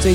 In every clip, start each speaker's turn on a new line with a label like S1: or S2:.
S1: 最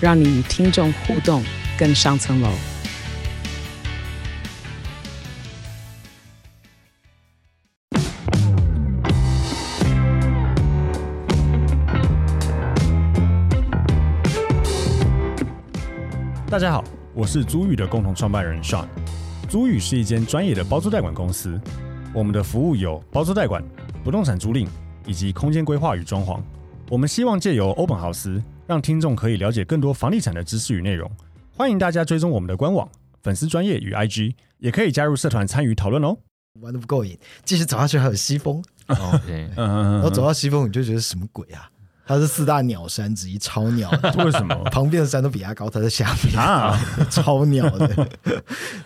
S1: 让你与听众互动更上层楼。
S2: 大家好，我是租宇的共同创办人 Sean。租宇是一间专业的包租代管公司，我们的服务有包租代管、不动产租赁以及空间规划与装潢。我们希望借由欧本豪斯，让听众可以了解更多房地产的知识与内容。欢迎大家追踪我们的官网、粉丝专业与 IG，也可以加入社团参与讨论哦。
S3: 玩的不过瘾，继续走下去还有西风，哦
S4: OK，
S2: 嗯嗯
S3: 然后走到西风你就觉得什么鬼啊？它是四大鸟山之一，超鸟的，
S2: 嗯，为 什么
S3: 旁边的山都比它高，它在下面，
S2: 啊？
S3: 超鸟的。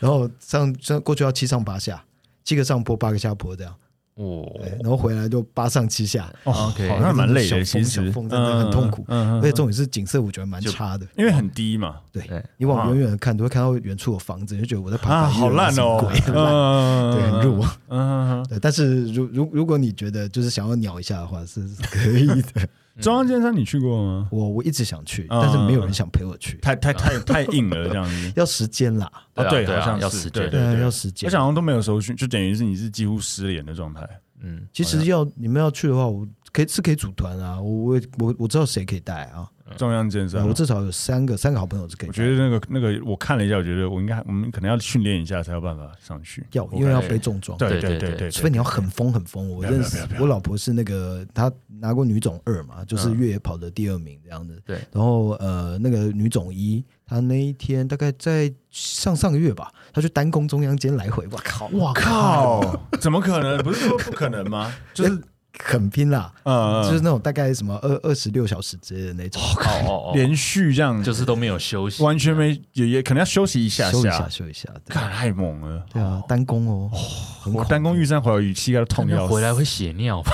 S3: 然后上上过去要七上八下，七个上坡，八个下坡这样，
S4: 我
S3: 对啊然后回来就八上七下，
S2: 哦，
S4: OK
S2: 好像蛮累的，
S3: 小
S2: 其
S3: 风
S2: 实
S3: 小风真的很痛苦
S2: 嗯嗯嗯
S3: 而且重点是景色，我觉得蛮差的。
S2: 因为很低嘛
S3: 对
S4: 对
S3: 你往远远的看，都会看到远处有房子，你就觉得我在爬
S2: 啊，好烂哦，
S3: 鬼很烂，
S2: 嗯
S3: 对，很弱。
S2: 嗯嗯嗯
S3: 对，但是如如如果你觉得就是想要鸟一下的话，是是可以的。
S2: 中央尖山你去过吗？
S3: 我我一直想去，但是
S2: 嗯
S3: 没有人想陪我去，。
S2: 太太 太太硬了，这样子
S3: 要时间啦。
S4: 对
S2: 啊
S4: 啊
S2: 对，
S4: 对啊
S2: 好像是
S4: 要时间
S2: 对对对，
S3: 要时间
S2: 而且。好像都没有搜寻，就等于是你是几乎失联的状态。
S4: 嗯，
S3: 其实要你们要去的话，我可以是可以组团啊，我我我我知道谁可以带啊，
S2: 中央健身
S3: 对，我至少有三个三个好朋友是可以
S2: 我
S3: 带。
S2: 觉得那个那个，我看了一下，我觉得我应该我们可能要训练一下才有办法上去。
S3: 要，
S2: 我
S3: 因为要
S2: 感
S3: 背重装，
S2: 觉对
S4: 对
S2: 对
S4: 对
S2: 对对，
S3: 除非你要很疯很疯。我
S2: 不要
S3: 认
S2: 不
S3: 识
S2: 要不要
S3: 我老婆是那个她拿过女总二嘛，
S2: 嗯
S3: 就是越野跑的第二名这样子。
S4: 对
S3: 然后呃，那个女总一，她那一天大概在上上个月吧，她去单攻中央间来回，我靠，哇
S2: 靠，怎么可能？不是说不可能 吗？就是
S3: 很拼啦，
S2: 呃，
S3: 就是那种大概什么二二十六小时之类的那种，
S4: 哦哦哦，
S2: 连续这样，
S4: 就是都没有休息，
S2: 完全没也也可能要休息一下
S3: 休一
S2: 下
S3: 下，。休一下，对
S2: 看太猛了，
S3: 对啊，单攻哦，很
S2: 我
S3: 恐
S2: 单
S3: 怖
S2: 攻玉山怀有膝盖都痛
S4: 可
S2: 得
S4: 能
S2: 要死
S4: 回来会血尿吧？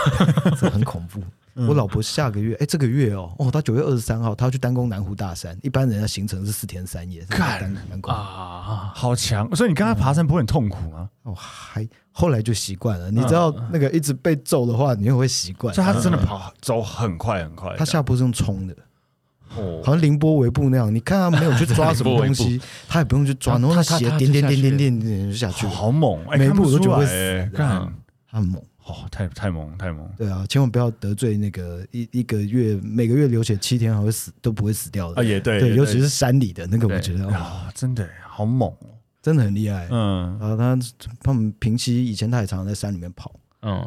S3: 这很恐怖。我老婆下个月，哎，这个月哦，哦，她九月二十三号，她要去单攻南湖大山。一般人家行程是四天三夜，
S2: 干
S3: 单单攻
S4: 啊，
S2: 好强。所以你刚才爬山不会很痛苦吗？
S3: 哦，还后来就习惯了。你知道那个一直被揍的话，你又会习惯
S2: 所。以他是真的跑走很快很快，
S3: 他下坡是用冲的，
S4: 哦，
S3: 好像凌波微步那样。你看他没有去抓什么东
S4: 凌波
S3: 西，他也不用去抓，
S4: 他
S3: 然后他
S4: 他
S3: 鞋
S4: 他
S3: 点点
S4: 他就
S3: 点
S4: 下去
S3: 点点点就下去
S2: 好
S3: 了，
S2: 好猛，哎，
S3: 每一
S2: 看
S3: 步
S2: 不
S3: 我都
S2: 出
S3: 觉得啊
S2: 来，
S3: 会
S2: 哎
S3: 死
S2: 干
S3: 他很猛。
S2: 哦，太太猛太猛，
S3: 对啊，千万不要得罪那个一一个月每个月流血七天还会死都不会死掉的
S2: 啊也对也
S3: 对，
S2: 对
S3: 尤其是山里的那个，
S4: 对
S3: 我觉得哦
S2: 啊，真的好猛哦，
S3: 真的很厉害。
S2: 嗯，
S3: 然后他他们平息以前他也常常在山里面跑。
S4: 嗯，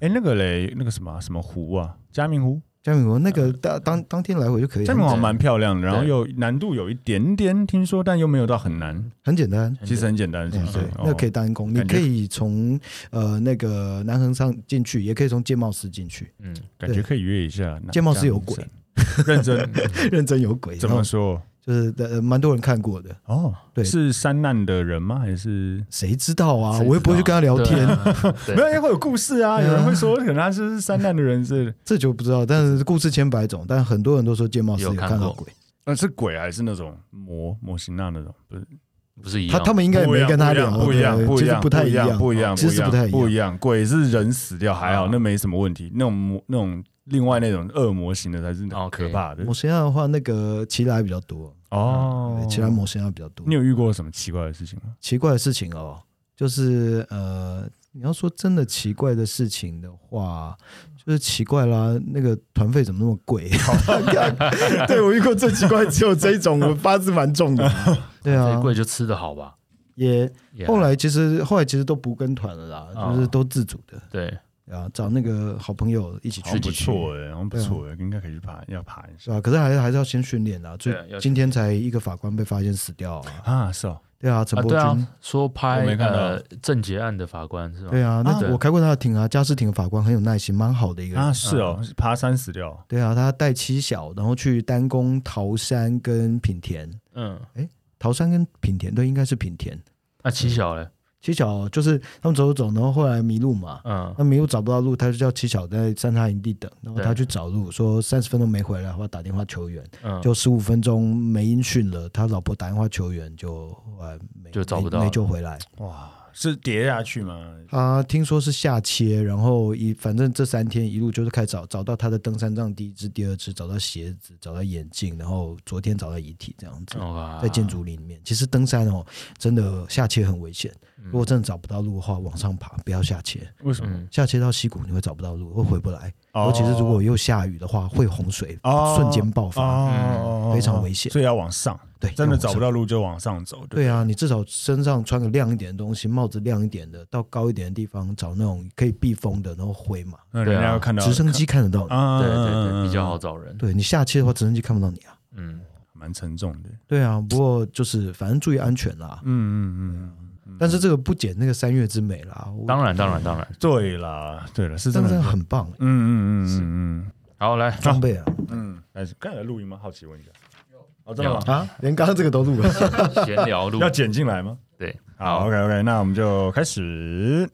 S2: 哎，那个嘞，那个什么啊什么湖啊，嘉明湖，
S3: 嘉明湖那个当当当天来回就可以
S2: 嘉明湖好
S3: 了，
S2: 像蛮漂亮的，然后
S4: 对
S2: 有难度有一点点，听说，但又没有到很难，
S3: 很简单。
S2: 其实很简单，是不是
S3: 对？，那
S2: 嗯哦
S3: 个可以单攻，你
S2: 感觉
S3: 可以从呃那个南横上进去，也可以从界贸寺进去。
S4: 嗯，
S2: 感觉可以约一下。
S3: 建茂是有鬼
S2: 嘉明山，认真
S3: 认真有鬼，
S2: 怎
S3: 然
S2: 么
S3: 后
S2: 说？
S3: 就是呃蛮多人看过的，
S2: 哦，
S3: 对
S2: 是山难的人吗？还是？
S3: 谁知道啊？
S4: 谁知道
S3: 我又不会去跟他聊
S4: 对
S3: 天，
S4: 啊，对
S2: 没有，因为会有故事
S3: 嗯
S2: 啊！有人会说，可能他是山难的人是，
S3: 这就不知道。但是故事千百种，但很多人都说界贸寺
S4: 有看
S3: 看到
S4: 过
S3: 鬼，
S2: 呃，是鬼还是那种魔模型那那种？不是，
S4: 不是一
S3: 他啊
S4: 样，
S3: 他们应该也
S2: 不一
S3: 没
S2: 样
S3: 跟他聊，
S2: 不一样，
S3: 对
S2: 不一
S3: 其实
S2: 样，
S3: 不太
S2: 一
S3: 样，哦
S2: 不一样，
S3: 其实
S2: 不
S3: 不太一
S2: 不
S3: 样。
S2: 一样。鬼是人死掉还好，
S4: 啊
S2: 那没什么问题。那种魔那种另外那种恶魔型的才是
S4: OK
S2: 可怕的
S3: 摩西亚的话，那个奇来比较多，
S2: 哦
S3: 对，。奇来摩西亚比较多
S2: 你。有遇过什么奇怪的事情吗？
S3: 奇怪的事情哦，就是呃，你要说真的奇怪的事情的话，就是奇怪啦，那个团费怎么那么 贵？对我遇过最奇怪只有这一种，我八字蛮重 的。对
S4: 最
S3: 啊，
S4: 贵就吃的好吧？
S3: 也
S4: Yeah，
S3: 后来其实后来其实都不跟团了啦，就是都自主的。
S4: 对，
S3: 对啊，找那个好朋友一起
S2: 好像
S3: 去
S2: 不
S4: 去
S2: 错哎，好像不
S3: 对啊
S2: 错哎，应该可以去爬，要爬一
S3: 是
S2: 下
S3: 吧、可是还还是要先训练啊。最
S4: 对啊要
S3: 今天才一个法官被发现死掉啊，
S2: 啊，是哦，
S3: 对啊，陈
S4: 啊，
S3: 伯
S4: 对
S3: 君，
S4: 啊，说
S2: 我
S4: 拍
S2: 没看到
S4: 呃郑捷案的法官是吗？
S3: 对啊，那、
S4: 啊
S3: 我开过他的庭啊，家事庭的法官很有耐心，蛮好的一个人。
S2: 啊是哦，是爬山死掉，
S3: 对啊，他带妻小，然后去丹宫、桃山跟品田，
S4: 嗯，
S3: 桃山跟品田对，应该是品田。
S4: 那七小嘞，
S3: 妻小就是他们走走走，然后后来迷路嘛，
S4: 嗯
S3: 那迷路找不到路，他就叫妻小在三叉营地等，然后
S4: 对
S3: 他去找路，说三十分钟没回来，我要打电话求援，
S4: 嗯，
S3: 就十五分钟没音讯了，他老婆打电话求援，就呃没
S4: 就找不到
S3: 没没救回来。
S2: 哇，是跌下去吗？
S3: 他听说是下切，然后一反正这三天一路就是开始找，找到他的登山杖第一只、第二只，找到鞋子，找到眼镜，然后昨天找到遗体，这样子。
S4: 哇
S2: 啊
S3: 在建筑里面，其实登山哦，真的下切很危险。
S4: 嗯
S3: 如果真的找不到路的话，往上爬，不要下切。
S2: 为什么？
S4: 嗯
S3: 下切到溪谷你会找不到路，会回不来。
S2: 哦
S3: 尤其是如果又下雨的话，会洪水、
S2: 哦
S3: 瞬间爆发。
S2: 哦，
S3: 非常危险
S2: 所以要往上，
S3: 对，
S2: 真的
S3: 要往上
S2: 找不。到路就往上走，
S3: 对
S2: 啊，
S3: 啊，你至少身上穿个亮一点的东西，帽子亮一点的，到高一点的地方找那种可以避风的，然后回嘛。
S2: 那人
S4: 对
S2: 家
S4: 啊
S2: 要看到
S3: 直升机看得到你，
S2: 啊，
S4: 对对对，比较好，找人，
S3: 对你下切的话，直升机看不到你啊。
S4: 嗯，
S2: 蛮沉重的，
S3: 对啊，不过就是反正注意安全啦。
S2: 嗯嗯嗯。
S3: 但是这个不减那个三月之美啦。我
S4: 当然当然当然，
S2: 对啦，对了，是真
S3: 登
S2: 的
S3: 山很棒、欸，
S2: 嗯嗯嗯
S4: 好来，
S3: 装 备啊
S2: 嗯嗯，哎，刚才有录音吗？好奇问一下。哦，真
S4: 真
S2: 的吗
S4: 的吗？
S3: 啊，连刚刚这个都录了。
S4: 闲聊录
S2: 要，剪进来吗？
S4: 对，
S2: 好，OK OK，那我们就开始。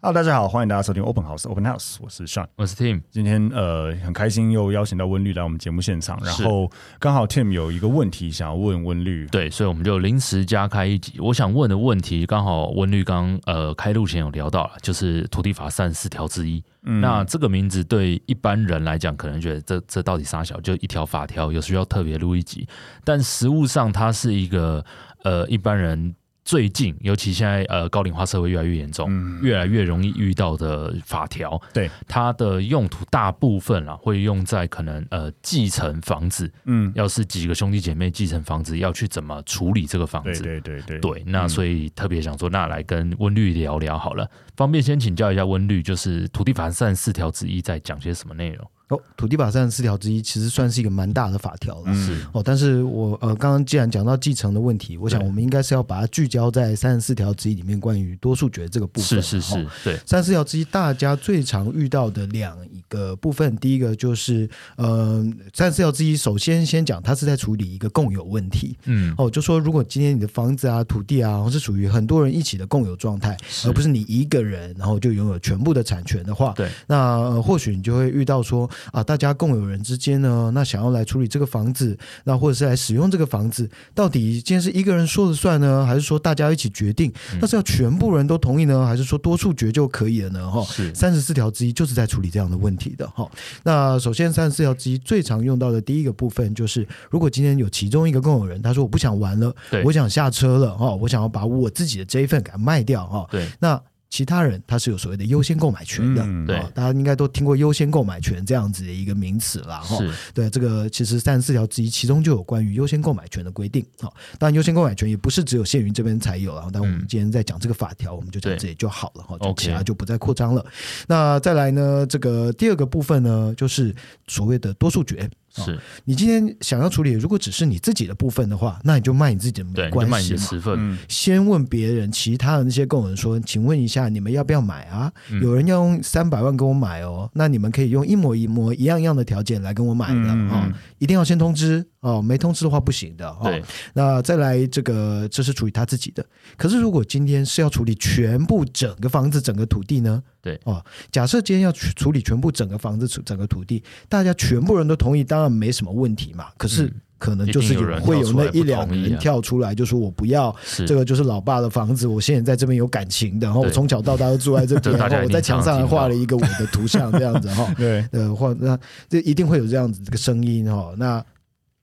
S2: Hello，大家好，欢迎大家收听 Open House Open House，我是 Sean。
S4: 我是 Tim，
S2: 今天呃很开心又邀请到温律来我们节目现场，然
S4: 是
S2: 后刚好 Tim 有一个问题想要问温律，
S4: 对，所以我们就临时加开一集。我想问的问题，刚好温律刚呃开录前有聊到了，就是土地法三十四条之一。
S2: 嗯
S4: 那这个名字对一般人来讲，可能觉得这这到底啥小，就一条法条，有需要特别录一集。但实物上，它是一个呃一般人最近，尤其现在呃高龄化社会越来越严重，越来越容易遇到的法条。
S2: 嗯对，
S4: 它的用途大部分啊会用在可能呃继承房子，
S2: 嗯，
S4: 要是几个兄弟姐妹继承房子，要去怎么处理这个房
S2: 对
S4: 子？
S2: 对对嗯对，
S4: 对
S3: 嗯
S4: 那所以特别想说，那来跟温律聊聊好了。方便先请教一下温律，就是土地法三十四条之一在讲些什么内容？
S3: 哦，土地法三十四条之一其实算是一个蛮大的法条了。
S4: 嗯
S2: 是
S3: 哦，但是我呃，刚刚既然讲到继承的问题，我想
S4: 对
S3: 我们应该是要把它聚焦在三十四条之一里面关于多数决这个部分。哦
S4: 是是是，对，
S3: 三十四条之一，大家最常遇到的两一个部分，第一个就是，呃，三十四条之一，首先先讲，它是在处理一个共有问题。
S4: 嗯，
S3: 哦，就说如果今天你的房子啊、土地啊，是属于很多人一起的共有状态，而不是你一个人，然后就拥有全部的产权的话，
S4: 对，
S3: 那、呃或许你就会遇到说啊，大家共有人之间呢，那想要来处理这个房子，那或者是来使用这个房子，到底今天是一个人说了算呢，还是说大家一起决定？
S4: 嗯
S3: 那是要全部人都同意呢，还是说多数决就可以了呢？哈、
S4: 是
S3: 三十四条之一就是在处理这样的问题的哈。那首先，三十四条之一最常用到的第一个部分就是，如果今天有其中一个共有人，他说我不想玩了
S4: 对，
S3: 我想下车了哈，我想要把我自己的这一份给它卖掉哈。
S4: 对，
S3: 那其他人他是有所谓的优先购买权的。
S2: 嗯
S4: 对
S3: 哦大家应该都听过优先购买权这样子的一个名词啦，哈。
S4: 是
S3: 对，这个其实三十四条之一，其中就有关于优先购买权的规定。好、当然优先购买权也不是只有限于这边才有啊。但我们
S4: 嗯
S3: 今天在讲这个法条，我们就讲
S4: 对
S3: 这里就好了哈，就
S4: OK
S3: 其他就不再扩张了。那再来呢，这个第二个部分呢，就是所谓的多数决。哦
S4: 是，
S3: 你今天想要处理，如果只是你自己的部分的话，那你就卖你自己的
S4: 对，
S3: 没
S4: 你就
S3: 关
S4: 卖你
S3: 系
S4: 的
S3: 嘛。
S4: 十份，
S2: 嗯
S3: 先问别人，其他的那些工人说：“请问一下，你们要不要买啊？
S4: 嗯
S3: 有人要用三百万跟我买哦，那你们可以用一模一模一样一样的条件来跟我买的
S2: 嗯嗯
S3: 哦
S2: 嗯，，
S3: 一定要先通知哦，没通知的话不行的哦
S4: 对。
S3: 那再来这个，这是处理他自己的。可是如果今天是要处理全部整个房子、整个土地呢？
S4: 对
S3: 哦，假设今天要去处理全部整个房子、处整个土地，大家全部人都同意，当然没什么问题嘛。可是
S4: 嗯
S3: 可能就是
S4: 一定有人
S3: 会有那一两
S4: 跳出来不同意
S3: 人
S4: 啊
S3: 跳出来，就说我不要。
S4: 是
S3: 哦这个就是老爸的房子，我现在在这边有感情的，然后我
S4: 对
S3: 从小到大都住在这
S4: 这
S3: 边，
S4: 大
S3: 然
S4: 家
S3: 后我在墙上还画了一个我的图像，这样子 哈
S2: 对，
S3: 呃，或那这一定会有这样子这个声音哈。那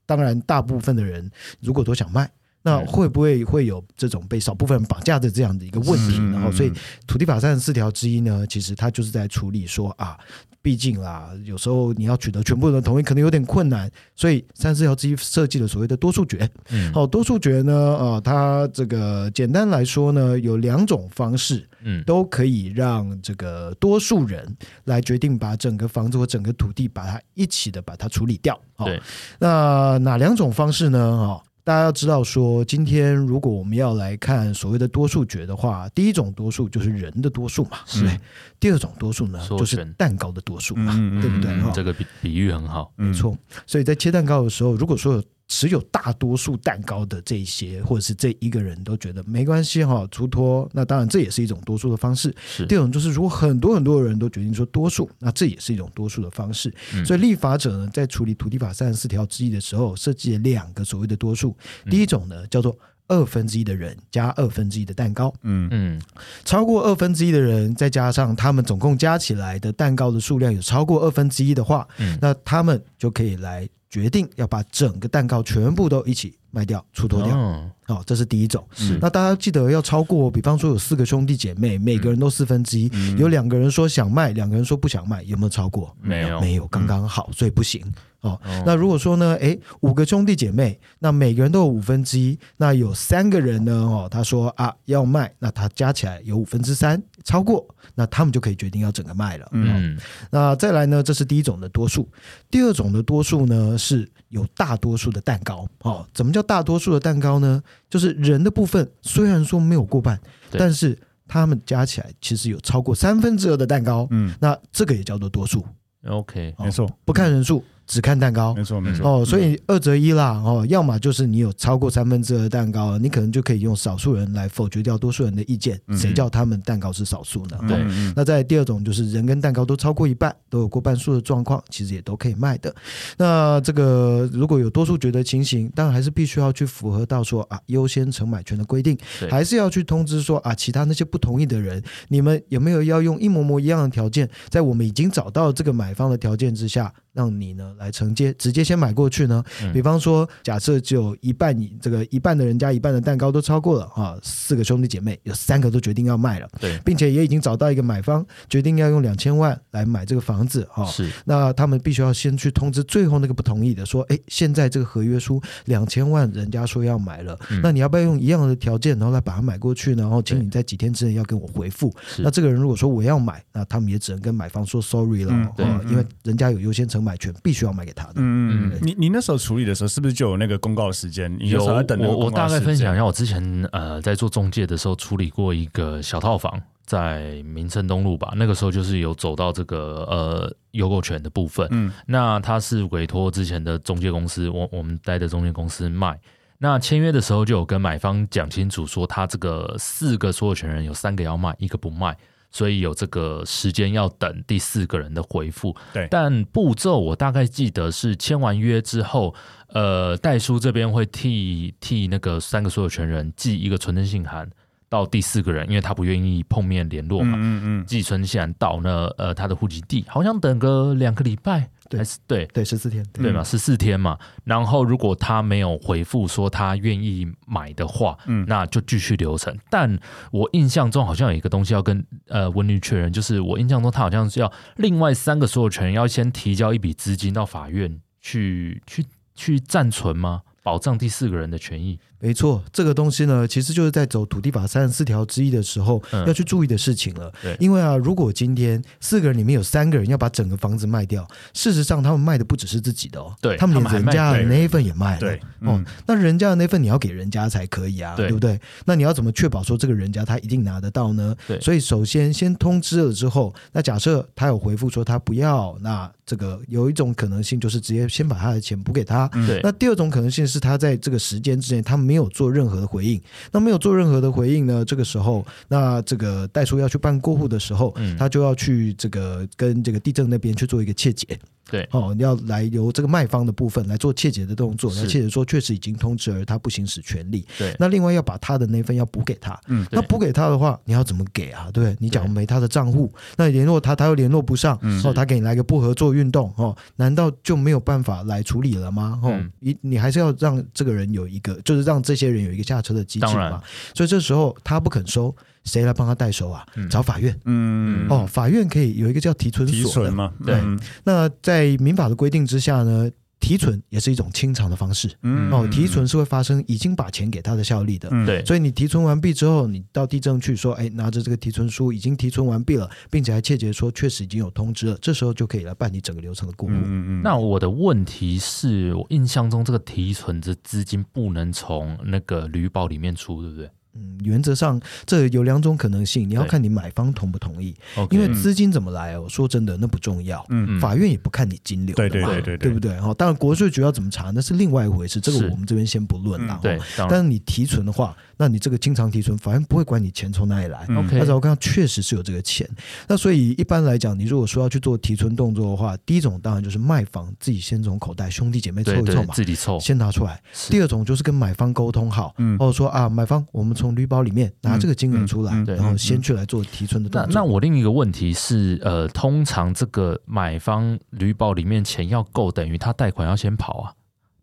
S3: 当然，大部分的人如果都想卖，那会不会会有这种被少部分人绑架的这样的一个问题？
S2: 嗯
S3: 然后，所以土地法三十四条之一呢，其实它就是在处理说啊，毕竟啦，有时候你要取得全部人的同意，可能有点困难，所以三十四条之一设计了所谓的多数决。
S4: 嗯
S3: 好、多数决呢，啊、它这个简单来说呢，有两种方式
S4: 嗯
S3: 都可以让这个多数人来决定把整个房子或整个土地把它一起的把它处理掉。好
S4: 对
S3: 那哪两种方式呢？哦，大家要知道说，今天如果我们要来看所谓的多数决的话，第一种多数就是人的多数嘛，
S4: 是
S3: 对不对第二种多数呢，
S4: 说
S3: 就是
S4: 人
S3: 蛋糕的多数嘛，
S2: 嗯嗯嗯嗯
S3: 对不对？哦
S4: 嗯
S3: 哈、
S4: 这个比比喻很好，
S2: 没
S3: 没，错。所以在切蛋糕的时候，如果说有持有大多数蛋糕的这一些，或者是这一个人都觉得没关系哈、出脱，那当然这也是一种多数的方式。
S4: 是
S3: 第二种就是，如果很多很多人都决定说多数，那这也是一种多数的方式。
S4: 嗯
S3: 所以立法者呢，在处理土地法三十四条之一的时候，设计了两个所谓的多数。
S4: 嗯
S3: 第一种呢，叫做二分之一的人加二分之一的蛋糕，
S2: 嗯
S4: 嗯
S3: 超过二分之一的人，再加上他们总共加起来的蛋糕的数量有超过二分之一的话，
S4: 嗯
S3: 那他们就可以来决定要把整个蛋糕全部都一起卖掉、出脱掉。
S4: 哦
S3: 哦，这是第一种。
S4: 是
S3: 那大家记得要超过，比方说有四个兄弟姐妹，每个人都四分之一，
S4: 嗯
S3: 有两个人说想卖，两个人说不想卖，有没有超过？
S4: 没有
S3: 没有，刚刚好，所以不行。哦，那如果说呢，诶，五个兄弟姐妹，那每个人都有五分之一，那有三个人呢，哦，他说啊要卖，那他加起来有五分之三，超过，那他们就可以决定要整个卖了。
S4: 嗯
S3: 那再来呢，这是第一种的多数。第二种的多数呢，是有大多数的蛋糕。哦，怎么叫大多数的蛋糕呢？就是人的部分虽然说没有过半，
S4: 对
S3: 但是他们加起来其实有超过三分之二的蛋糕。
S2: 嗯，
S3: 那这个也叫做多数，
S4: ，OK，
S3: 哦
S2: 没错，
S3: 不看人数，只看蛋糕
S2: 没。错，没错。
S3: 哦，所以二择一啦，哦，要么就是你有超过三分之二的蛋糕，你可能就可以用少数人来否决掉多数人的意见，
S2: 嗯
S3: 谁叫他们蛋糕是少数呢？
S2: 嗯
S4: 对
S2: 嗯
S3: 那在第二种就是人跟蛋糕都超过一半，都有过半数的状况，其实也都可以卖的。那这个如果有多数决的情形，当然还是必须要去符合到说啊优先承买权的规定
S4: 对，
S3: 还是要去通知说啊其他那些不同意的人，你们有没有要用一模模一样的条件，在我们已经找到这个买方的条件之下，让你呢来承接，直接先买过去呢？
S4: 嗯
S3: 比方说，假设只有一半以这个一半的人加一半的蛋糕都超过了啊，四个兄弟姐妹有三个都决定要卖了，
S4: 对
S3: 并且也已经找到一个买方，决定要用两千万来买这个房子哈、
S4: 是
S3: 那他们必须要先去通知最后那个不同意的，说，哎，现在这个合约书两千万，人家说要买了，
S4: 嗯
S3: 那你要不要用一样的条件，然后来把它买过去呢？然后请
S4: 对
S3: 你在几天之内要跟我回复。
S4: 是
S3: 那这个人如果说我要买，那他们也只能跟买方说 sorry 了，
S2: 嗯
S3: 哦
S4: 对
S3: 因为人家有优先承买权，必须要买给他的。
S2: 嗯嗯
S4: 嗯，
S2: 你你那时候处理的时候，是不是就有那个公告时间？你那时候在等那个
S4: 我我
S2: 公告
S4: 大概
S2: 时间
S4: 分享一，下，我之前呃在做中介的时候处理过一个小套房，在民生东路吧，那个时候就是有走到这个呃优购权的部分，
S2: 嗯
S4: 那他是委托之前的中介公司，我我们待的中介公司卖。那签约的时候就有跟买方讲清楚，说他这个四个所有权人有三个要卖，一个不卖，所以有这个时间要等第四个人的回复。
S2: 对
S4: 但步骤我大概记得是签完约之后，呃，代书这边会替替那个三个所有权人寄一个存证信函到第四个人，因为他不愿意碰面联络嘛。
S2: 嗯嗯
S4: 寄存信函到呢，呃，他的户籍地好像等个两个礼拜，
S3: 对嗯
S4: 还是对
S3: 对，十四天。对
S4: 对嘛，十四天嘛。然后如果他没有回复说他愿意买的话，
S2: 嗯
S4: 那就继续流程。但我印象中好像有一个东西要跟呃文律确认，就是我印象中他好像是要另外三个所有权人要先提交一笔资金到法院去去去暂存吗？保障第四个人的权益。
S3: 没错，这个东西呢，其实就是在走土地法三十四条之一的时候、
S4: 嗯
S3: 要去注意的事情了
S4: 对。
S3: 因为啊，如果今天四个人里面有三个人要把整个房子卖掉，事实上他们卖的不只是自己的哦，
S4: 对
S3: 他们
S4: 他
S3: 连
S4: 们还
S3: 人家
S2: 卖
S3: 的
S2: 别人
S3: 那一份也卖了。
S2: 对
S3: 哦
S2: 嗯，
S3: 那人家的那份你要给人家才可以啊，
S4: 对
S3: 对不对？那你要怎么确保说这个人家他一定拿得到呢？
S4: 对
S3: 所以首先先通知了之后，那假设他有回复说他不要，那这个有一种可能性就是直接先把他的钱补给他，
S2: 嗯
S4: 对，
S3: 那第二种可能性是他在这个时间之内他没有做任何的回应，那没有做任何的回应呢，这个时候，那这个代书要去办过户的时候，
S4: 嗯
S3: 他就要去这个跟这个地政那边去做一个切结。
S4: 对
S3: 哦，要来由这个卖方的部分来做切结的动作，
S4: 是
S3: 来切结说确实已经通知而他不行使权利。
S4: 对
S3: 那另外要把他的那份要补给他，哦
S2: 嗯
S3: 那补给他的话，你要怎么给啊？对不对，你
S4: 对
S3: 讲没他的账户，那你联络他，他又联络不上，
S2: 嗯
S3: 哦，他给你来个不合作运动，哦，难道就没有办法来处理了吗？哦
S4: 嗯，
S3: 你你还是要让这个人有一个，就是让让这些人有一个下车的机制
S4: 当
S3: 嘛
S4: 然。
S3: 所以这时候他不肯收，谁来帮他代收啊？
S4: 嗯
S3: 找法院。
S2: 嗯，
S3: 哦，法院可以有一个叫提存
S2: 提
S3: 所的
S2: 存。嘛，
S4: 对
S2: 嗯
S3: 那在民法的规定之下呢，提存也是一种清偿的方式。
S2: 嗯
S3: 哦，提存是会发生已经把钱给他的效力的。
S2: 嗯
S4: 对，
S3: 所以你提存完毕之后，你到地政去说，哎，拿着这个提存书已经提存完毕了，并且还切结说确实已经有通知了，这时候就可以来办理整个流程的过户。
S2: 嗯嗯，
S4: 那我的问题是我印象中这个提存的资金不能从那个旅保里面出，对不对
S3: 嗯，原则上这有两种可能性，你要
S4: 对
S3: 看你买方同不同意，
S4: ？OK，
S3: 因为资金怎么来哦，说真的那不重要，
S2: 嗯
S4: 嗯
S3: 法院也不看你金流的嘛，
S2: 对对对对对
S3: 不对？哈，当然国税局要怎么查那是另外一回事，这个
S4: 是
S3: 我们这边先不论啦。
S2: 嗯
S3: 齁
S4: 对，当
S3: 但
S4: 然
S3: 是你提存的话，那你这个经常提存，法院不会管你钱从哪里来。
S2: 嗯
S4: ，OK，
S3: 那只要看到确实是有这个钱，那所以一般来讲，你如果说要去做提存动作的话，第一种当然就是卖房自己先从口袋兄弟姐妹凑
S4: 对
S3: 一凑
S4: 对，
S3: 嘛，
S4: 自己凑，
S3: 先拿出来；
S4: 是
S3: 第二种就是跟买方沟通好，
S2: 嗯
S3: 或者说啊，买方我们从旅保里面拿这个金额出来，
S2: 嗯嗯
S4: 嗯
S3: 然后
S2: 嗯
S3: 先去来做提存的动
S4: 那
S3: 作。
S4: 那我另一个问题是，呃，通常这个买方旅保里面钱要够，等于他贷款要先跑啊。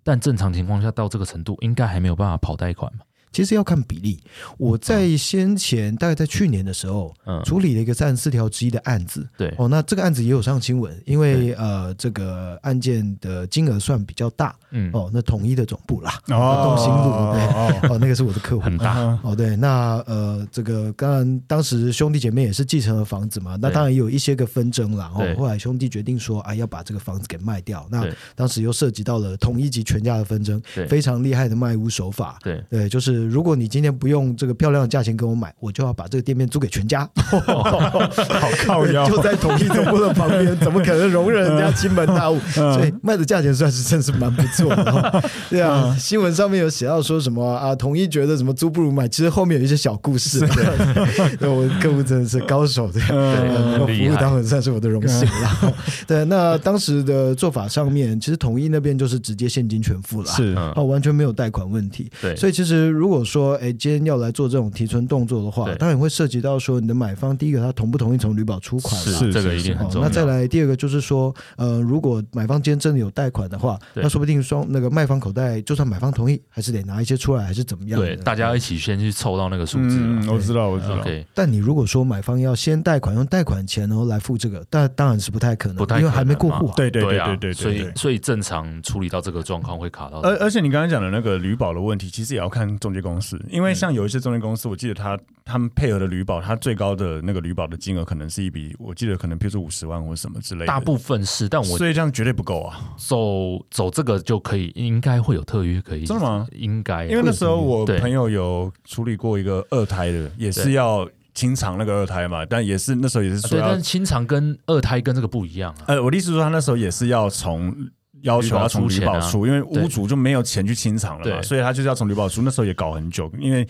S4: 但正常情况下到这个程度，应该还没有办法跑贷款嘛？
S3: 其实要看比例。我在先前大概在去年的时候，
S4: 嗯，
S3: 处理了一个三十四条之一的案子。
S4: 对，
S3: 哦，那这个案子也有上新闻，因为呃，这个案件的金额算比较大
S4: 嗯，
S3: 哦，那统一的总部啦，
S2: 哦
S3: 动心路对
S2: 哦
S3: 哦，那个是我的客户。
S4: 很大，
S2: 哦，
S3: 哦，对，那呃，这个当然，当时兄弟姐妹也是继承了房子嘛，那
S4: 对
S3: 当然也有一些个纷争啦。哦
S4: 对，
S3: 后来兄弟决定说，啊，要把这个房子给卖掉。那
S4: 对
S3: 当时又涉及到了同一级全价的纷争，
S4: 对
S3: 非常厉害的卖屋手法。
S4: 对，
S3: 对，就是如果你今天不用这个漂亮的价钱跟我买，我就要把这个店面租给全家，
S2: 好靠腰，
S3: 就在统一总部的旁边，怎么可能容忍人家亲门大户？
S4: 嗯
S3: 所以卖的价钱算是真是蛮不错的、哦。对啊，
S4: 嗯
S3: 新闻上面有写到说什么啊，统一觉得什么租不如买，其实后面有一些小故事。 对，我客户真的是高手，对，
S4: 对
S3: 呃能够
S4: 很
S3: 服
S4: 嗯厉
S3: 务
S4: 害
S3: 当然算是我的荣幸 了。对，那当时的做法上面，其实统一那边就是直接现金全付了。
S2: 是
S4: 嗯，
S3: 哦，完全没有贷款问题，
S4: 对，
S3: 所以其实如果说，哎，今天要来做这种提存动作的话，
S4: 对
S3: 当然会涉及到说你的买方，第一个他同不同意从旅保出款啦，
S4: 是
S2: 是
S4: 这个
S2: 是
S4: 一定
S2: 是
S4: 很
S3: 哦
S4: 重要。
S3: 那再来第二个就是说，呃，如果买方今天真的有贷款的话，
S4: 对
S3: 那说不定双那个卖方口袋，就算买方同意，还是得拿一些出来，还是怎么样的？
S4: 对，大家一嗯起先去凑到那个数字嘛
S2: 嗯，我知道，我知道，
S4: ，OK，
S3: 但你如果说买方要先贷款，用贷款钱然后来付这个，但当然是不太可能，
S4: 不太可能
S3: 因为还没过户啊。
S2: 对对
S4: 啊
S2: 对对
S4: 所
S2: 对
S4: 以。所以正常处理到这个状况会卡到，
S2: 而而且你刚刚讲的那个旅保的问题，其实也要看中介公司，因
S4: 嗯
S2: 为像有一些中介公司，我记得他他们配合的旅保，他最高的那个旅保的金额可能是一笔，我记得可能比如说五十万或什么之类的，
S4: 大部分是，但我
S2: 所以这样绝对不够啊！
S4: 走走这个就可以，应该会有特约可以，
S2: 真的吗？
S4: 应该，啊
S2: 因为那时候我
S4: 对
S2: 朋友有处理过一个二胎的，也是
S4: 对啊
S2: 要清偿那个二胎嘛，但也是那时候也是说
S4: 对，
S2: 要
S4: 但是清偿跟二胎跟这个不一样啊。
S2: 呃，我的意思是说，他那时候也是要从要
S4: 旅
S2: 求
S4: 保
S2: 要从
S4: 出
S2: 旅保
S4: 钱啊
S2: 出，因为
S4: 对
S2: 屋主就没有钱去清偿了嘛，
S4: 对
S2: 所以他就是要从旅保出。那时候也搞很久，因为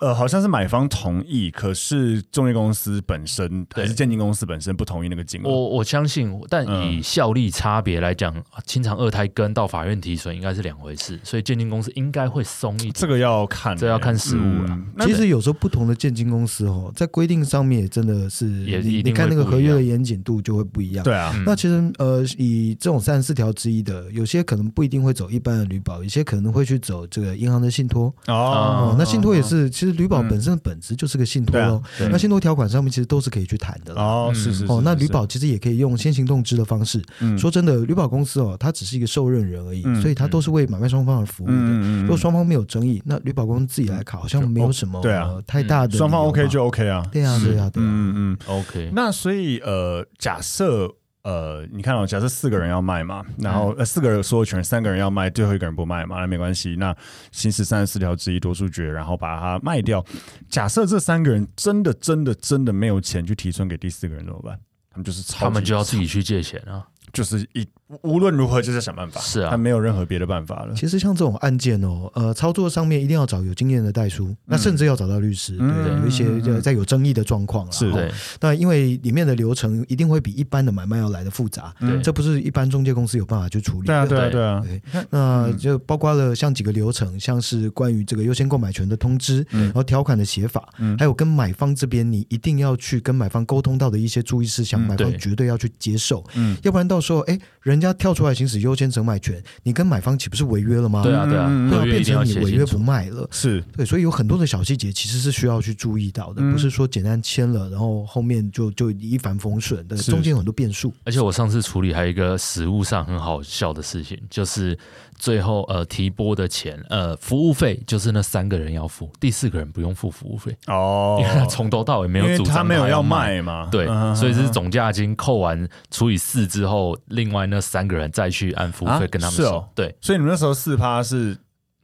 S2: 呃，好像是买方同意，可是中介公司本身还
S4: 对
S2: 是鉴定公司本身不同意那个金额。
S4: 我我相信，但以效力差别来讲，啊清偿二胎跟到法院提存应该是两回事，所以鉴定公司应该会松一点。
S2: 这个要看，
S4: 这要看实物啦
S2: 嗯那
S3: 其实有时候不同的建金公司哦，在规定上面也真的是，
S4: 也
S3: 你
S4: 一定
S3: 你看
S4: 会
S3: 那个
S4: 不
S3: 合
S4: 一
S3: 约
S4: 样
S3: 的严谨度就会不一样。
S2: 对啊，
S4: 嗯
S3: 那其实呃，以这种三十四条之一的，有些可能不一定会走一般的旅保，有些可能会去走这个银行的信托。
S2: 哦
S3: 哦，那信托也是，其实旅保
S2: 嗯
S3: 本身的本质就是个信托
S2: 对啊
S3: 喽。
S4: 对
S3: 那信托条款上面其实都是可以去谈的啦。
S2: 哦，
S4: 嗯
S2: 是是是
S3: 哦，那
S2: 是
S3: 旅保其实也可以用先行动知的方式。
S2: 嗯
S3: 说真的，旅保公司哦，它只是一个受任人而已，
S2: 嗯
S3: 所以它都是为买卖双方而服务的。
S2: 嗯
S3: 如果双方没有争议，那旅保公司自己来卡，好像没有什么
S2: 对啊
S3: 呃太大的
S2: 双方
S3: 理由
S2: OK
S3: 吧
S2: 就 OK 啊，
S3: 对啊，
S4: 是
S3: 对啊，对啊。
S2: 嗯嗯。
S4: OK，
S2: 那所以呃，假设呃，你看哦，假设四个人要卖嘛，然后、呃四个
S4: 嗯
S2: 人所有权，三个人要卖，最后一个人不卖嘛，那没关系。那行使三十四条之一多数决，然后把它卖掉。假设这三个人真的真的真的没有钱去提存给第四个人怎么办？他们就是超级
S4: 他们就要自己去借钱啊。
S2: 就是一无论如何就是要想办法，
S4: 是啊
S2: 他没有任何别的办法了。
S3: 其实像这种案件哦，呃，操作上面一定要找有经验的代书，那甚至要找到律师，
S2: 嗯
S3: 对，
S2: 嗯
S3: 有一些
S2: 嗯嗯
S3: 呃在有争议的状况啦。
S2: 是
S3: 哦
S4: 对，
S3: 那因为里面的流程一定会比一般的买卖要来的复杂，
S2: 嗯
S3: 这不是一般中介公司有办法去处理
S2: 对啊，
S3: 的。
S2: 对啊，
S4: 对
S2: 对啊，
S3: 对那就包括了像几个流程，像是关于这个优先购买权的通知，
S2: 嗯
S3: 然后条款的写法，
S2: 嗯
S3: 还有跟买方这边你一定要去跟买方沟通到的一些注意事项，
S2: 嗯
S3: 买方
S4: 对
S3: 绝对要去接受。
S2: 嗯
S3: 要不然到到时候，哎，人家跳出来行使优先承买权，你跟买方岂不是违约了吗？
S4: 对啊，对啊，
S2: 嗯
S3: 对啊
S4: 合约
S3: 变
S4: 一定要
S3: 成你
S4: 写
S3: 违约
S4: 清
S3: 不
S4: 楚。
S3: 卖了。
S2: 是
S3: 对，所以有很多的小细节其实是需要去注意到的，
S2: 嗯
S3: 不是说简单签了，然后后面就就一帆风顺的，
S2: 是
S3: 中间有很多变数。
S4: 而且我上次处理还有一个实物上很好笑的事情，就是最后呃提拨的钱，呃服务费就是那三个人要付，第四个人不用付服务费，
S2: 哦
S4: 因为他从头到尾没
S2: 因
S4: 有
S2: 为
S4: 主张
S2: 他没有
S4: 要
S2: 要。卖嘛，
S4: 对，
S2: 嗯
S4: 所以是总价金扣完除以四之后，另外那三个人再去按服务
S2: 啊
S4: 费跟他们
S2: 是
S4: 收。
S2: 哦
S4: 对，
S2: 所以你们那时候四趴是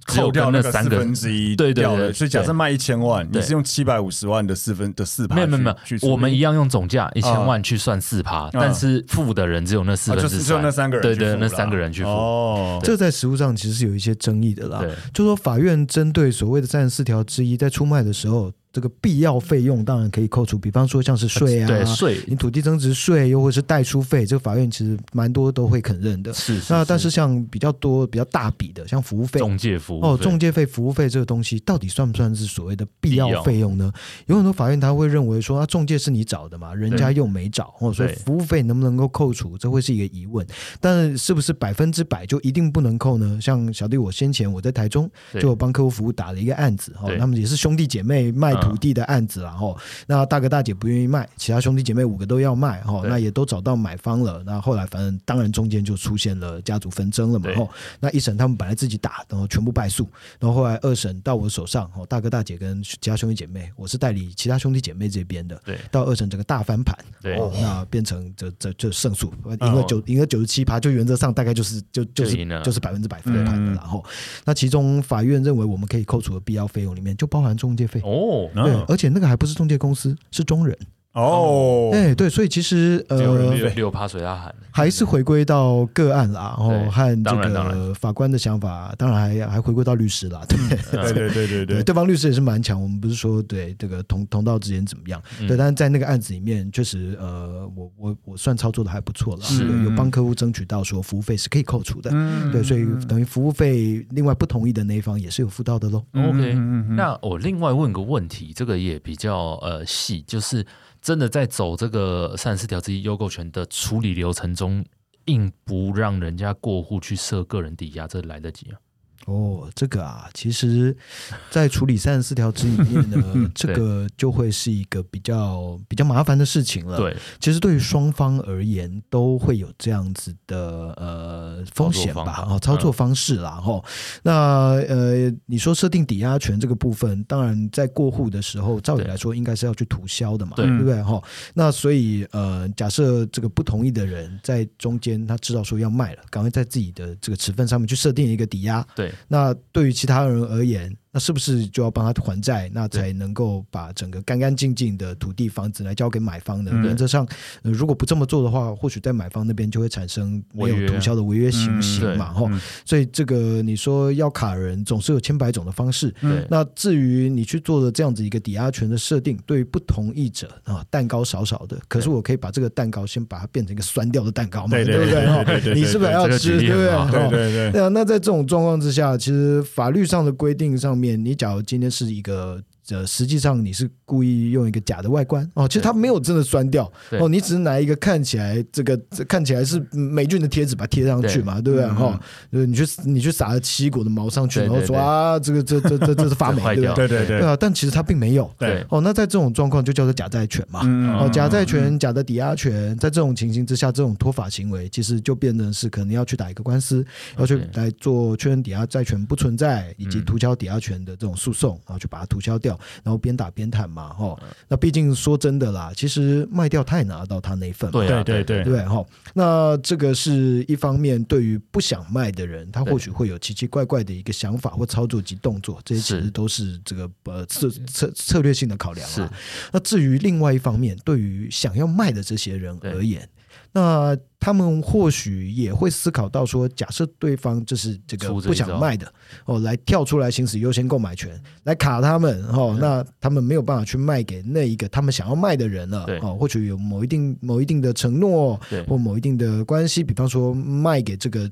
S4: 只有
S2: 扣掉
S4: 跟那
S2: 那个
S4: 三
S2: 四
S4: 个
S2: 分之一
S4: 对对
S2: 掉的
S4: 对
S2: 所以假设
S4: 对
S2: 卖一千万，你
S4: 对
S2: 是用七百五十万的四分的四趴
S4: 没有没有
S2: 去
S4: 没
S2: 去
S4: 有，
S2: 处理
S4: 我们一样用总价一千万去算四趴，但是付的人只有那四
S2: 啊
S4: 分
S2: 就
S4: 之
S2: 是只有那三个人
S4: 对
S2: 去
S4: 对，
S2: 付
S4: 那
S2: 啦
S4: 三个人去付。
S2: 哦，
S3: 这在实务上其实是有一些争议的啦。
S4: 对，
S3: 就说法院针对所谓的三十四条之一，在出卖的时候，这个必要费用当然可以扣除，比方说像是税啊、
S2: 哎
S4: 对税
S3: 你土地增值税，又或是代书费，这个法院其实蛮多都会肯认的。
S4: 是是
S3: 那但是像比较多、比较大笔的，像服务费。
S4: 中介服务
S3: 哦，
S4: 费
S3: 中介费、服务费这个东西到底算不算是所谓的必
S4: 必
S3: 要
S4: 要
S3: 费用呢？有很多法院他会认为说，啊，中介是你找的嘛，人家又没找，哦，所以
S4: 对
S3: 服务费能不能够扣除，这会是一个疑问。但是不是百分之百就一定不能扣呢？像小弟我先前我在台中
S4: 对
S3: 就有帮客户服务打了一个案子，哦，
S4: 对嗯
S3: 他们也是兄弟姐妹卖土地的案子啦，然后、那大哥大姐不愿意卖，其他兄弟姐妹五个都要卖，哦，
S4: 对
S3: 那也都找到买方了。那后来反正当然中间就出现了家族纷争了嘛，
S4: 对
S3: 哦，那一审他们本来自己打，然后全部败诉，然后后来二审到我手上，哦，大哥大姐跟其他兄弟姐妹，我是代理其他兄弟姐妹这边的，
S4: 对
S3: 到二审整个大翻盘，
S4: 对嗯
S3: 哦，那变成这这这胜诉，赢了九赢了九十七趴，就原则上大概就是就就是
S4: 赢了
S3: 就是百分之百翻盘
S2: 嗯
S3: 的啦，然后那其中法院认为我们可以扣除的必要费用里面就包含中介费。
S4: 哦，
S3: 对
S2: 嗯，
S3: 而且那个还不是中介公司，是中人。
S2: 哦，
S3: 哎、对，所以其实
S4: 只有
S3: 呃，
S4: 六六趴水大喊，
S3: 还是回归到个案啦，然
S4: 对
S3: 后和这
S4: 当然当
S3: 个法官的想法，当然还还回归到律师 啦。对
S4: 嗯
S2: 对对对对
S3: 对，
S2: 对，
S3: 对方律师也是蛮强。我们不是说对这个同同道之间怎么样，
S4: 嗯
S3: 对，但是在那个案子里面，确实呃，我我我算操作的还不错了，
S2: 是
S3: 有有帮客户争取到说服务费是可以扣除的。
S2: 嗯
S3: 对，所以等于服务费，另外不同意的那一方也是有付到的喽。
S4: OK，
S2: 嗯嗯嗯
S4: 那我另外问个问题，这个也比较呃细，就是真的在走这个三十四条之一优购权的处理流程中，硬不让人家过户去设个人抵押，这来得及啊？
S3: 哦，这个啊，其实，在处理三十四条之里面 呢，这个就会是一个比较比较麻烦的事情了。，
S4: 对，
S3: 其实对于双方而言，都会有这样子的呃风险吧
S4: 操作方，法嗯
S3: 哦，操作方式啦，吼、那呃，你说设定抵押权这个部分，当然在过户的时候，照理
S4: 对
S3: 来说应该是要去涂销的嘛，
S4: 对
S3: 不对？哈、那所以呃，假设这个不同意的人在中间，他知道说要卖了，赶快在自己的这个持份上面去设定一个抵押，
S4: 对，
S3: 那对于其他人而言，那是不是就要帮他还债，那才能够把整个干干净净的土地房子来交给买方呢？
S2: 嗯
S3: 原则上、呃如果不这么做的话，或许在买方那边就会产生没
S4: 违
S3: 有
S4: 约
S3: 涂销的违约情
S4: 嗯
S3: 形嘛，哈、
S2: 嗯
S3: 所以这个你说要卡人，总是有千百种的方
S2: 嗯
S3: 式。
S4: 对，
S3: 那至于你去做的这样子一个抵押权的设定，对于不同意者啊，蛋糕少少的，可是我可以把这个蛋糕先把它变成一个酸掉的蛋糕嘛，
S2: 对对
S3: 不
S2: 对
S3: 对？
S2: 对
S3: 哈
S2: 对对对
S3: 你是不是
S2: 对
S3: 还要
S4: 这个
S3: 吃，
S4: 举
S3: 对
S4: 例
S3: 不对？
S4: 很好
S3: 哈
S2: 对对对，
S3: 对啊，那在这种状况之下，其实法律上的规定上面，你假如今天是一个。呃，实际上你是故意用一个假的外观哦，其实它没有真的酸掉
S4: 对
S3: 哦，你只是拿一个看起来这个这看起来是霉菌的贴纸把它贴上去嘛，对不对？
S2: 嗯
S3: 哈、就是你去你去撒了奇异果的毛上去，
S4: 对
S3: 然后
S4: 对
S3: 说
S4: 对
S3: 啊，这个这这这这是发霉，
S4: 这坏
S3: 对不
S4: 掉
S3: 对？
S2: 对对
S3: 对啊，但其实它并没有
S2: 对
S4: 对，
S3: 哦。那在这种状况就叫做假债权嘛，
S2: 嗯
S3: 哦，假债权、假的抵押权，在这种情形之下，这种脱法行为其实就变成是可能要去打一个官司，要去
S4: OK
S3: 来做确认抵押债权不存在以及
S4: 嗯
S3: 涂销抵押权的这种诉讼，然后去把它涂销掉，然后边打边谈嘛，哈。
S4: 嗯
S3: 那毕竟说真的啦，其实卖掉他也拿得到他那一份嘛，
S4: 对啊
S2: 对对
S3: 对不对哈？那这个是一方面，对于不想卖的人，他或许会有奇奇怪怪的一个想法或操作及动作，这些其
S4: 是
S3: 实都是这个呃策策策略性的考量
S4: 是
S3: 啊。那至于另外一方面，对于想要卖的这些人而言，那他们或许也会思考到说，假设对方就是这个
S4: 出这一
S3: 不
S4: 招
S3: 想卖的哦，来跳出来行使优先购买权，来卡他们
S4: 嗯
S3: 哦，那他们没有办法去卖给那一个他们想要卖的人了
S4: 对
S3: 哦，或许有某一定某一定的承诺
S4: 对
S3: 或某一定的关系，比方说卖给这个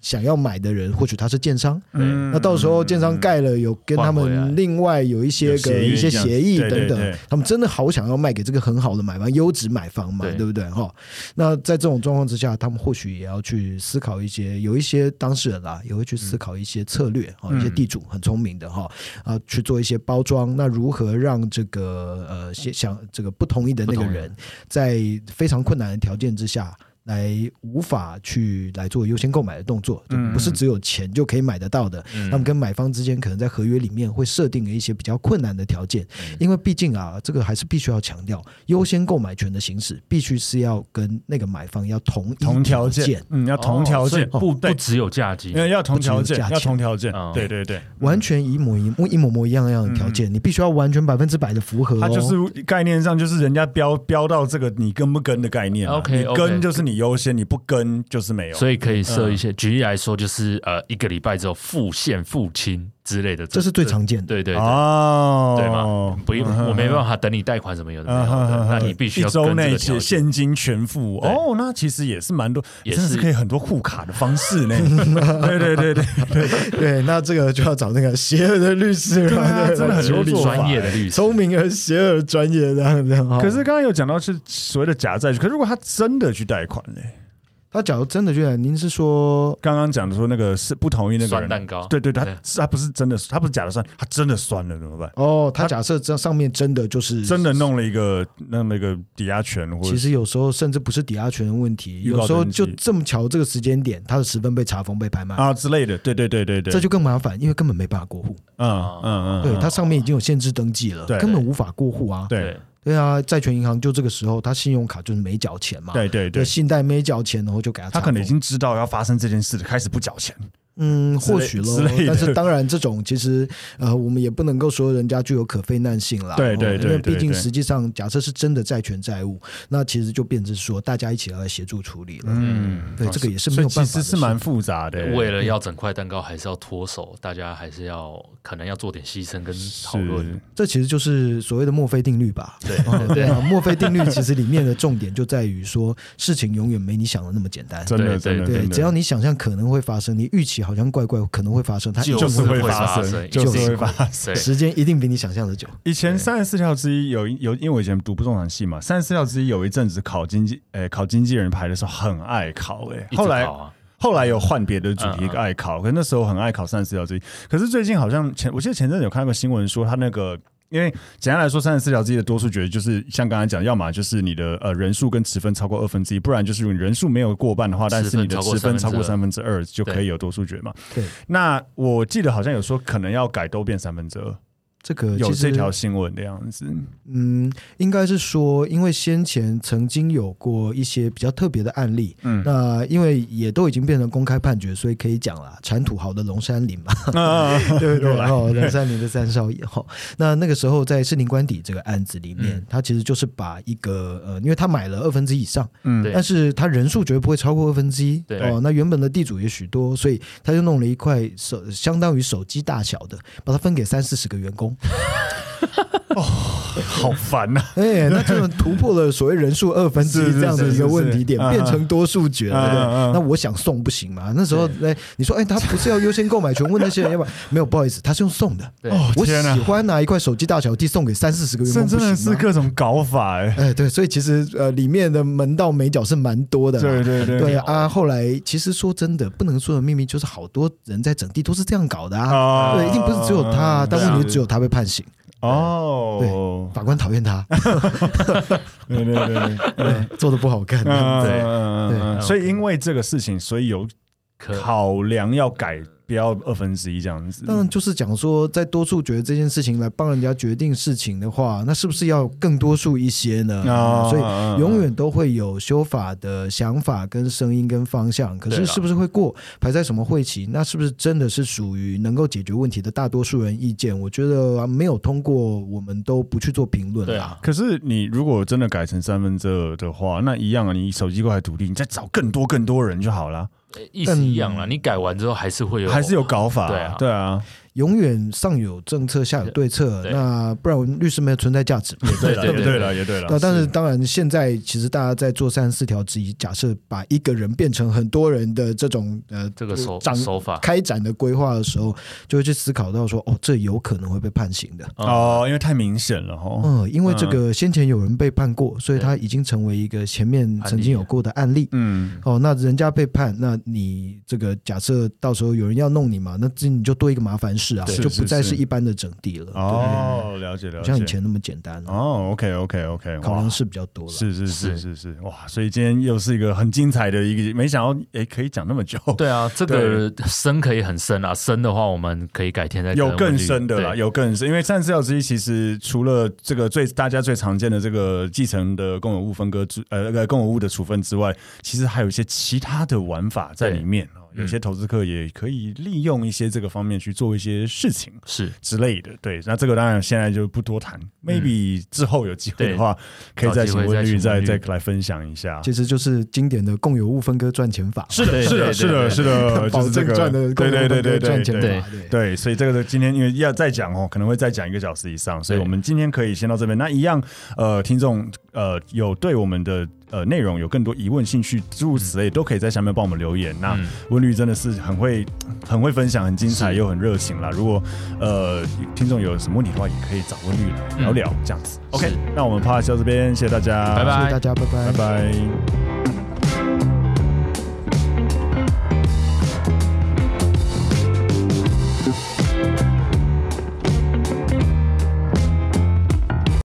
S3: 想要买的人，或许他是建商，
S2: 嗯
S3: 那到时候建商盖了，有跟他
S4: 换回来
S3: 们另外有一些
S2: 有
S3: 个
S2: 协议
S3: 一些协议
S2: 这样
S3: 等
S2: 对对
S3: 等
S2: 对，
S3: 他们真的好想要卖给这个很好的买方、优质买方嘛
S4: 对，
S3: 对不对？哈，那在这种状况况之下，他们或许也要去思考一些，有一些当事人啦、也会去思考一些策略啊、
S2: 嗯
S3: 一些地主很聪明的哈啊，去做一些包装。那如何让这个呃先想这个不同意的那
S4: 不
S3: 个
S4: 同意
S3: 人，在非常困难的条件之下？来无法去来做优先购买的动作，就
S2: 嗯
S3: 不是只有钱就可以买得到的。
S4: 嗯
S3: 他们跟买方之间可能在合约里面会设定了一些比较困难的条件，
S2: 嗯
S3: 因为毕竟啊，这个还是必须要强调，优先购买权的行使必须是要跟那个买方要同一
S2: 同条件
S3: 件，，
S2: 嗯，要同条件，
S4: 哦所以不
S2: 对
S4: 不，只有价金
S2: 因，为要同条件
S3: 不只有价，钱
S2: 要同条件
S4: 哦，
S2: 对对对，
S3: 完全一模一一模模一样样的条件，你必须要完全百分之百的符合、哦。
S2: 它嗯就是概念上就是人家标标到这个你跟不跟的概念嘛
S4: OK，
S2: 你
S4: OK
S2: 跟就是你优先，你不跟就是没有，
S4: 所以可以设
S3: 嗯
S4: 一些。举例来说，就是呃，一个礼拜之后付现付清之类的，
S3: 这是最常见的。
S4: 对对对。
S2: 哦，
S4: 对嘛？不用，我没办
S2: 法。
S4: 法等你贷款什么有的没
S2: 嗯
S4: 有
S2: 哼
S4: 的
S2: 哼，
S4: 那
S2: 哼
S4: 你必须要
S2: 一周
S4: 跟这
S2: 内
S4: 个
S2: 现
S4: 条件。
S2: 现金全付
S4: 对
S2: 哦，那其实也是蛮多，
S4: 也
S2: 真的是
S4: 是
S2: 可以很多互卡的方式 呢。对对对对，
S3: 对，那这个就要找那个邪恶的 律师，
S2: 对啊
S3: 然后
S2: 真的很多做法
S4: 专业的律师，
S3: 聪明而邪恶专业这样子。哦
S2: 可是刚刚有讲到是所谓的假债权，可是如果他真的去贷款嘞，
S3: 他假如真的觉得您是说
S2: 刚刚讲的说那个是不同意那个
S4: 酸
S2: 人，
S4: 蛋糕，
S2: 对对，他
S4: 对
S2: 他不是真的，他不是假的酸，他真的酸了怎么办？
S3: 哦，他假设这上面真的就是
S2: 真的弄了一个那么一个抵押权，或者
S3: 其实有时候甚至不是抵押权的问题，
S2: 预告
S3: 有时候
S2: 登记
S3: 就这么巧这个时间点，他的十分被查封被拍卖，
S2: 啊之类的，对对对对对，
S3: 这就啊更麻烦，因为根本没办法过户。
S2: 嗯嗯嗯，
S3: 对，
S2: 嗯
S3: 它上面已经有限制登记了
S2: 对，
S3: 根本无法过户啊。
S2: 对
S3: 对啊，债权银行就这个时候，他信用卡就是没缴钱嘛，
S2: 对对对，
S3: 信贷没缴钱，然后就给他查
S2: 他
S3: 封
S2: 可能已经知道要发生这件事了，开始不缴钱，
S3: 嗯，
S2: 之类
S3: 或许
S2: 之
S3: 喽
S2: 类的。
S3: 但是当然，这种其实呃，我们也不能够说人家具有可非难性啦。
S2: 对
S3: 哦
S2: 对对
S3: 因为
S2: 对
S3: 毕竟
S2: 对
S3: 实际上，假设是真的债权债务，那其实就变成说大家一起来协助处理了。
S2: 嗯，
S3: 对
S2: 啊
S3: 这个也是
S2: 所
S3: 没
S2: 以
S3: 有办法
S2: 其
S3: 的
S2: 实是蛮复杂的，
S4: 为了要整块蛋糕，还是要脱手，大家还是要可能要做点牺牲跟讨
S2: 是
S4: 论。
S3: 这其实就是所谓的墨菲定律吧。
S4: 对
S3: 哦
S4: 对
S3: 啊，墨菲定律其实里面的重点就在于说，事情永远没你想的那么简单。
S2: 真的
S4: 对
S2: 真的
S4: 对
S2: 真
S3: 对，
S2: 的
S3: 只要你想象可能会发生，你预期好像怪怪可能会发生，它一定
S2: 就是
S4: 会
S2: 会发
S4: 发
S2: 生
S4: 生，
S2: 就是
S3: 一
S2: 会
S3: 定
S2: 发生。
S4: 对，
S3: 时间一定比你想象的久。
S2: 以前三十四条之一有一有，因为我以前读不动产系嘛，三十四条之一有一阵子考经济，诶、考经纪人牌的时候很爱考、诶，
S4: 一直
S2: 后来
S4: 跑啊
S2: 后来有换别的主题
S4: 嗯嗯
S2: 爱考，可是那时候很爱考三十四条之一。可是最近好像前，我记得前阵子有看到个新闻说他那个。因为简单来说，三十四条之一的多数决就是像刚才讲，要么就是你的呃人数跟持分超过二分之一，不然就是如果你人数没有过半的话，但是你的持分超过三分之二就可以有多数决嘛。
S3: 对，
S2: 那我记得好像有说可能要改都变三分之二，
S3: 这个
S2: 有
S3: 呃其
S2: 这
S3: 实
S2: 条新闻的样子。
S3: 嗯，应该是说，因为先前曾经有过一些比较特别的案例，
S2: 嗯
S3: 那因为也都已经变成公开判决，所以可以讲啦，产土豪的龙山林嘛，
S2: 啊，
S3: 对不对
S2: 又？来
S3: 哦，龙山林的三少爷哈、哦，那那个时候在士林官邸这个案子里面，
S2: 嗯
S3: 他其实就是把一个呃，因为他买了二分之以上，
S2: 嗯
S4: 对
S3: 但是他人数绝对不会超过二分之一，
S4: 对
S3: 哦，那原本的地主也许多，所以他就弄了一块手相当于手机大小的，把它分给三四十个员 工。
S2: 好烦啊 呐、
S3: 哎、那这种突破了所谓人数二分之
S2: 是
S3: 一
S2: 是
S3: 这样的一个问题点
S2: 是，是是
S3: 变成多数决了，对不
S2: 嗯嗯嗯
S3: 对？那我想送不行嘛？那时候，哎，你说，哎，他不是要优先购买权？问那些人要不要？没有，不好意思，他是用送的。
S4: 对
S2: 哦，
S3: 我
S2: 天哪、
S3: 喜欢拿一块手机大小地送给三四十个员
S2: 这
S3: 工，
S2: 真的
S3: 不行啊
S2: 是
S3: 吗？
S2: 各种搞法哎、
S3: 哎，对，所以其实呃，里面的门道美角是蛮多的啦。
S2: 对对对
S3: 对啊，后来其实说真的，不能说的秘密就是好多人在整地都是这样搞的啊。
S2: 啊
S3: 对，一定不是只有他啊，但问题只有他被判刑，
S2: 哦，
S3: 法官讨厌他，
S2: 对对对对，
S3: 哎 做的不好看。
S4: 对
S2: 嗯，
S4: 对
S2: 所以因为这个事情，所以有
S4: 可
S2: 考量要改，不要二分之一这样子。
S3: 当然，就是讲说，在多数决这件事情来帮人家决定事情的话，那是不是要更多数一些呢？
S2: 啊，
S3: 所以
S4: 嗯
S2: 以
S3: 永远都会有修法的想法、跟声音、跟方向。可
S4: 对
S3: 是
S4: 啦
S3: 是不是会过排在什么会期？那是不是真的是属于能够解决问题的大多数人意见？我觉得啊没有通过，我们都不去做评论
S4: 对
S3: 啦
S4: 啊。
S2: 可是你如果真的改成三分之二的话，那一样啊，你手机过来独立，你再找更多更多人就好啦。
S4: 意思一样了。你改完之后还是会有，
S2: 还是有搞法，
S4: 对啊
S2: 对啊，
S3: 永远上有政策，下有对策，
S4: 对
S3: 那不然我们律师没有存在价值。
S2: 也对了，
S4: 对啊
S2: 也
S4: 对
S2: 对了，也对了
S3: 那。但是当然，现在其实大家在做三十四条之一，假设把一个人变成很多人的这种呃
S4: 这个手
S3: 长
S4: 手法
S3: 开展的规划的时候，就会去思考到说，哦，这有可能会被判刑的。
S2: 哦，因为太明显了哈。
S3: 嗯，因为这个先前有人被判过，所以他已经成为一个前面曾经有过的案例。
S2: 嗯，
S3: 哦，那人家被判，那你这个假设到时候有人要弄你嘛，那这你就多一个麻烦事啊，
S2: 对
S3: 就是不再
S2: 是
S3: 是一般的整地了，
S2: 哦，了解了解。
S3: 不像以前那么简单了，
S2: 哦，OK，OK，OK，
S3: 考量
S2: 哇
S3: 是比较多了。
S2: 是啊是是
S4: 是
S2: 是是，哇！所以今天又是一个很精彩的一个，没想到诶可以讲那么久，
S4: 对啊，这个深可以很深啊，深的话我们可以改天再
S2: 有
S4: 跟
S2: 更
S4: 我去
S2: 深的啦，
S4: 对
S2: 有更深，因为三十四条之一其实除了这个最大家最常见的这个继承的共有物分割之呃那个共有物的处分之外，其实还有一些其他的玩法在里面哦。有些投资客也可以利用一些这个方面去做一些事情
S4: 是
S2: 之类的。对，那这个当然现在就不多谈，maybe 之后有机会的话，可以再请温律再
S4: 找机会再请
S2: 再
S4: 温律
S2: 来分享一下。
S3: 其实就是经典的共有物分割赚钱法嘛，
S2: 是的，是的，是的，是的，就
S3: 保
S2: 是这
S3: 证
S2: 个
S3: 赚的共
S2: 对
S3: 有
S2: 对对
S3: 物分
S2: 对
S3: 割
S2: 对
S3: 赚钱
S2: 对
S3: 法，
S4: 对
S3: 对
S2: 对，所以这个今天因为要再讲哦，可能会再讲一个小时以上，所以我们今天可以先到这边。那一样，呃，听众呃有对我们的呃内容有更多疑问、兴趣诸如此类，都可以在下面帮我们留言。那
S4: 嗯
S2: 温律真的是很会、很会分享，很精彩
S4: 是
S2: 又很热情啦。如果呃听众有什么问题的话，也可以找温律聊聊、这样子。OK，那我们 p a 到这边，谢谢大家，
S4: 拜拜
S3: 谢谢大家，拜
S2: 拜拜。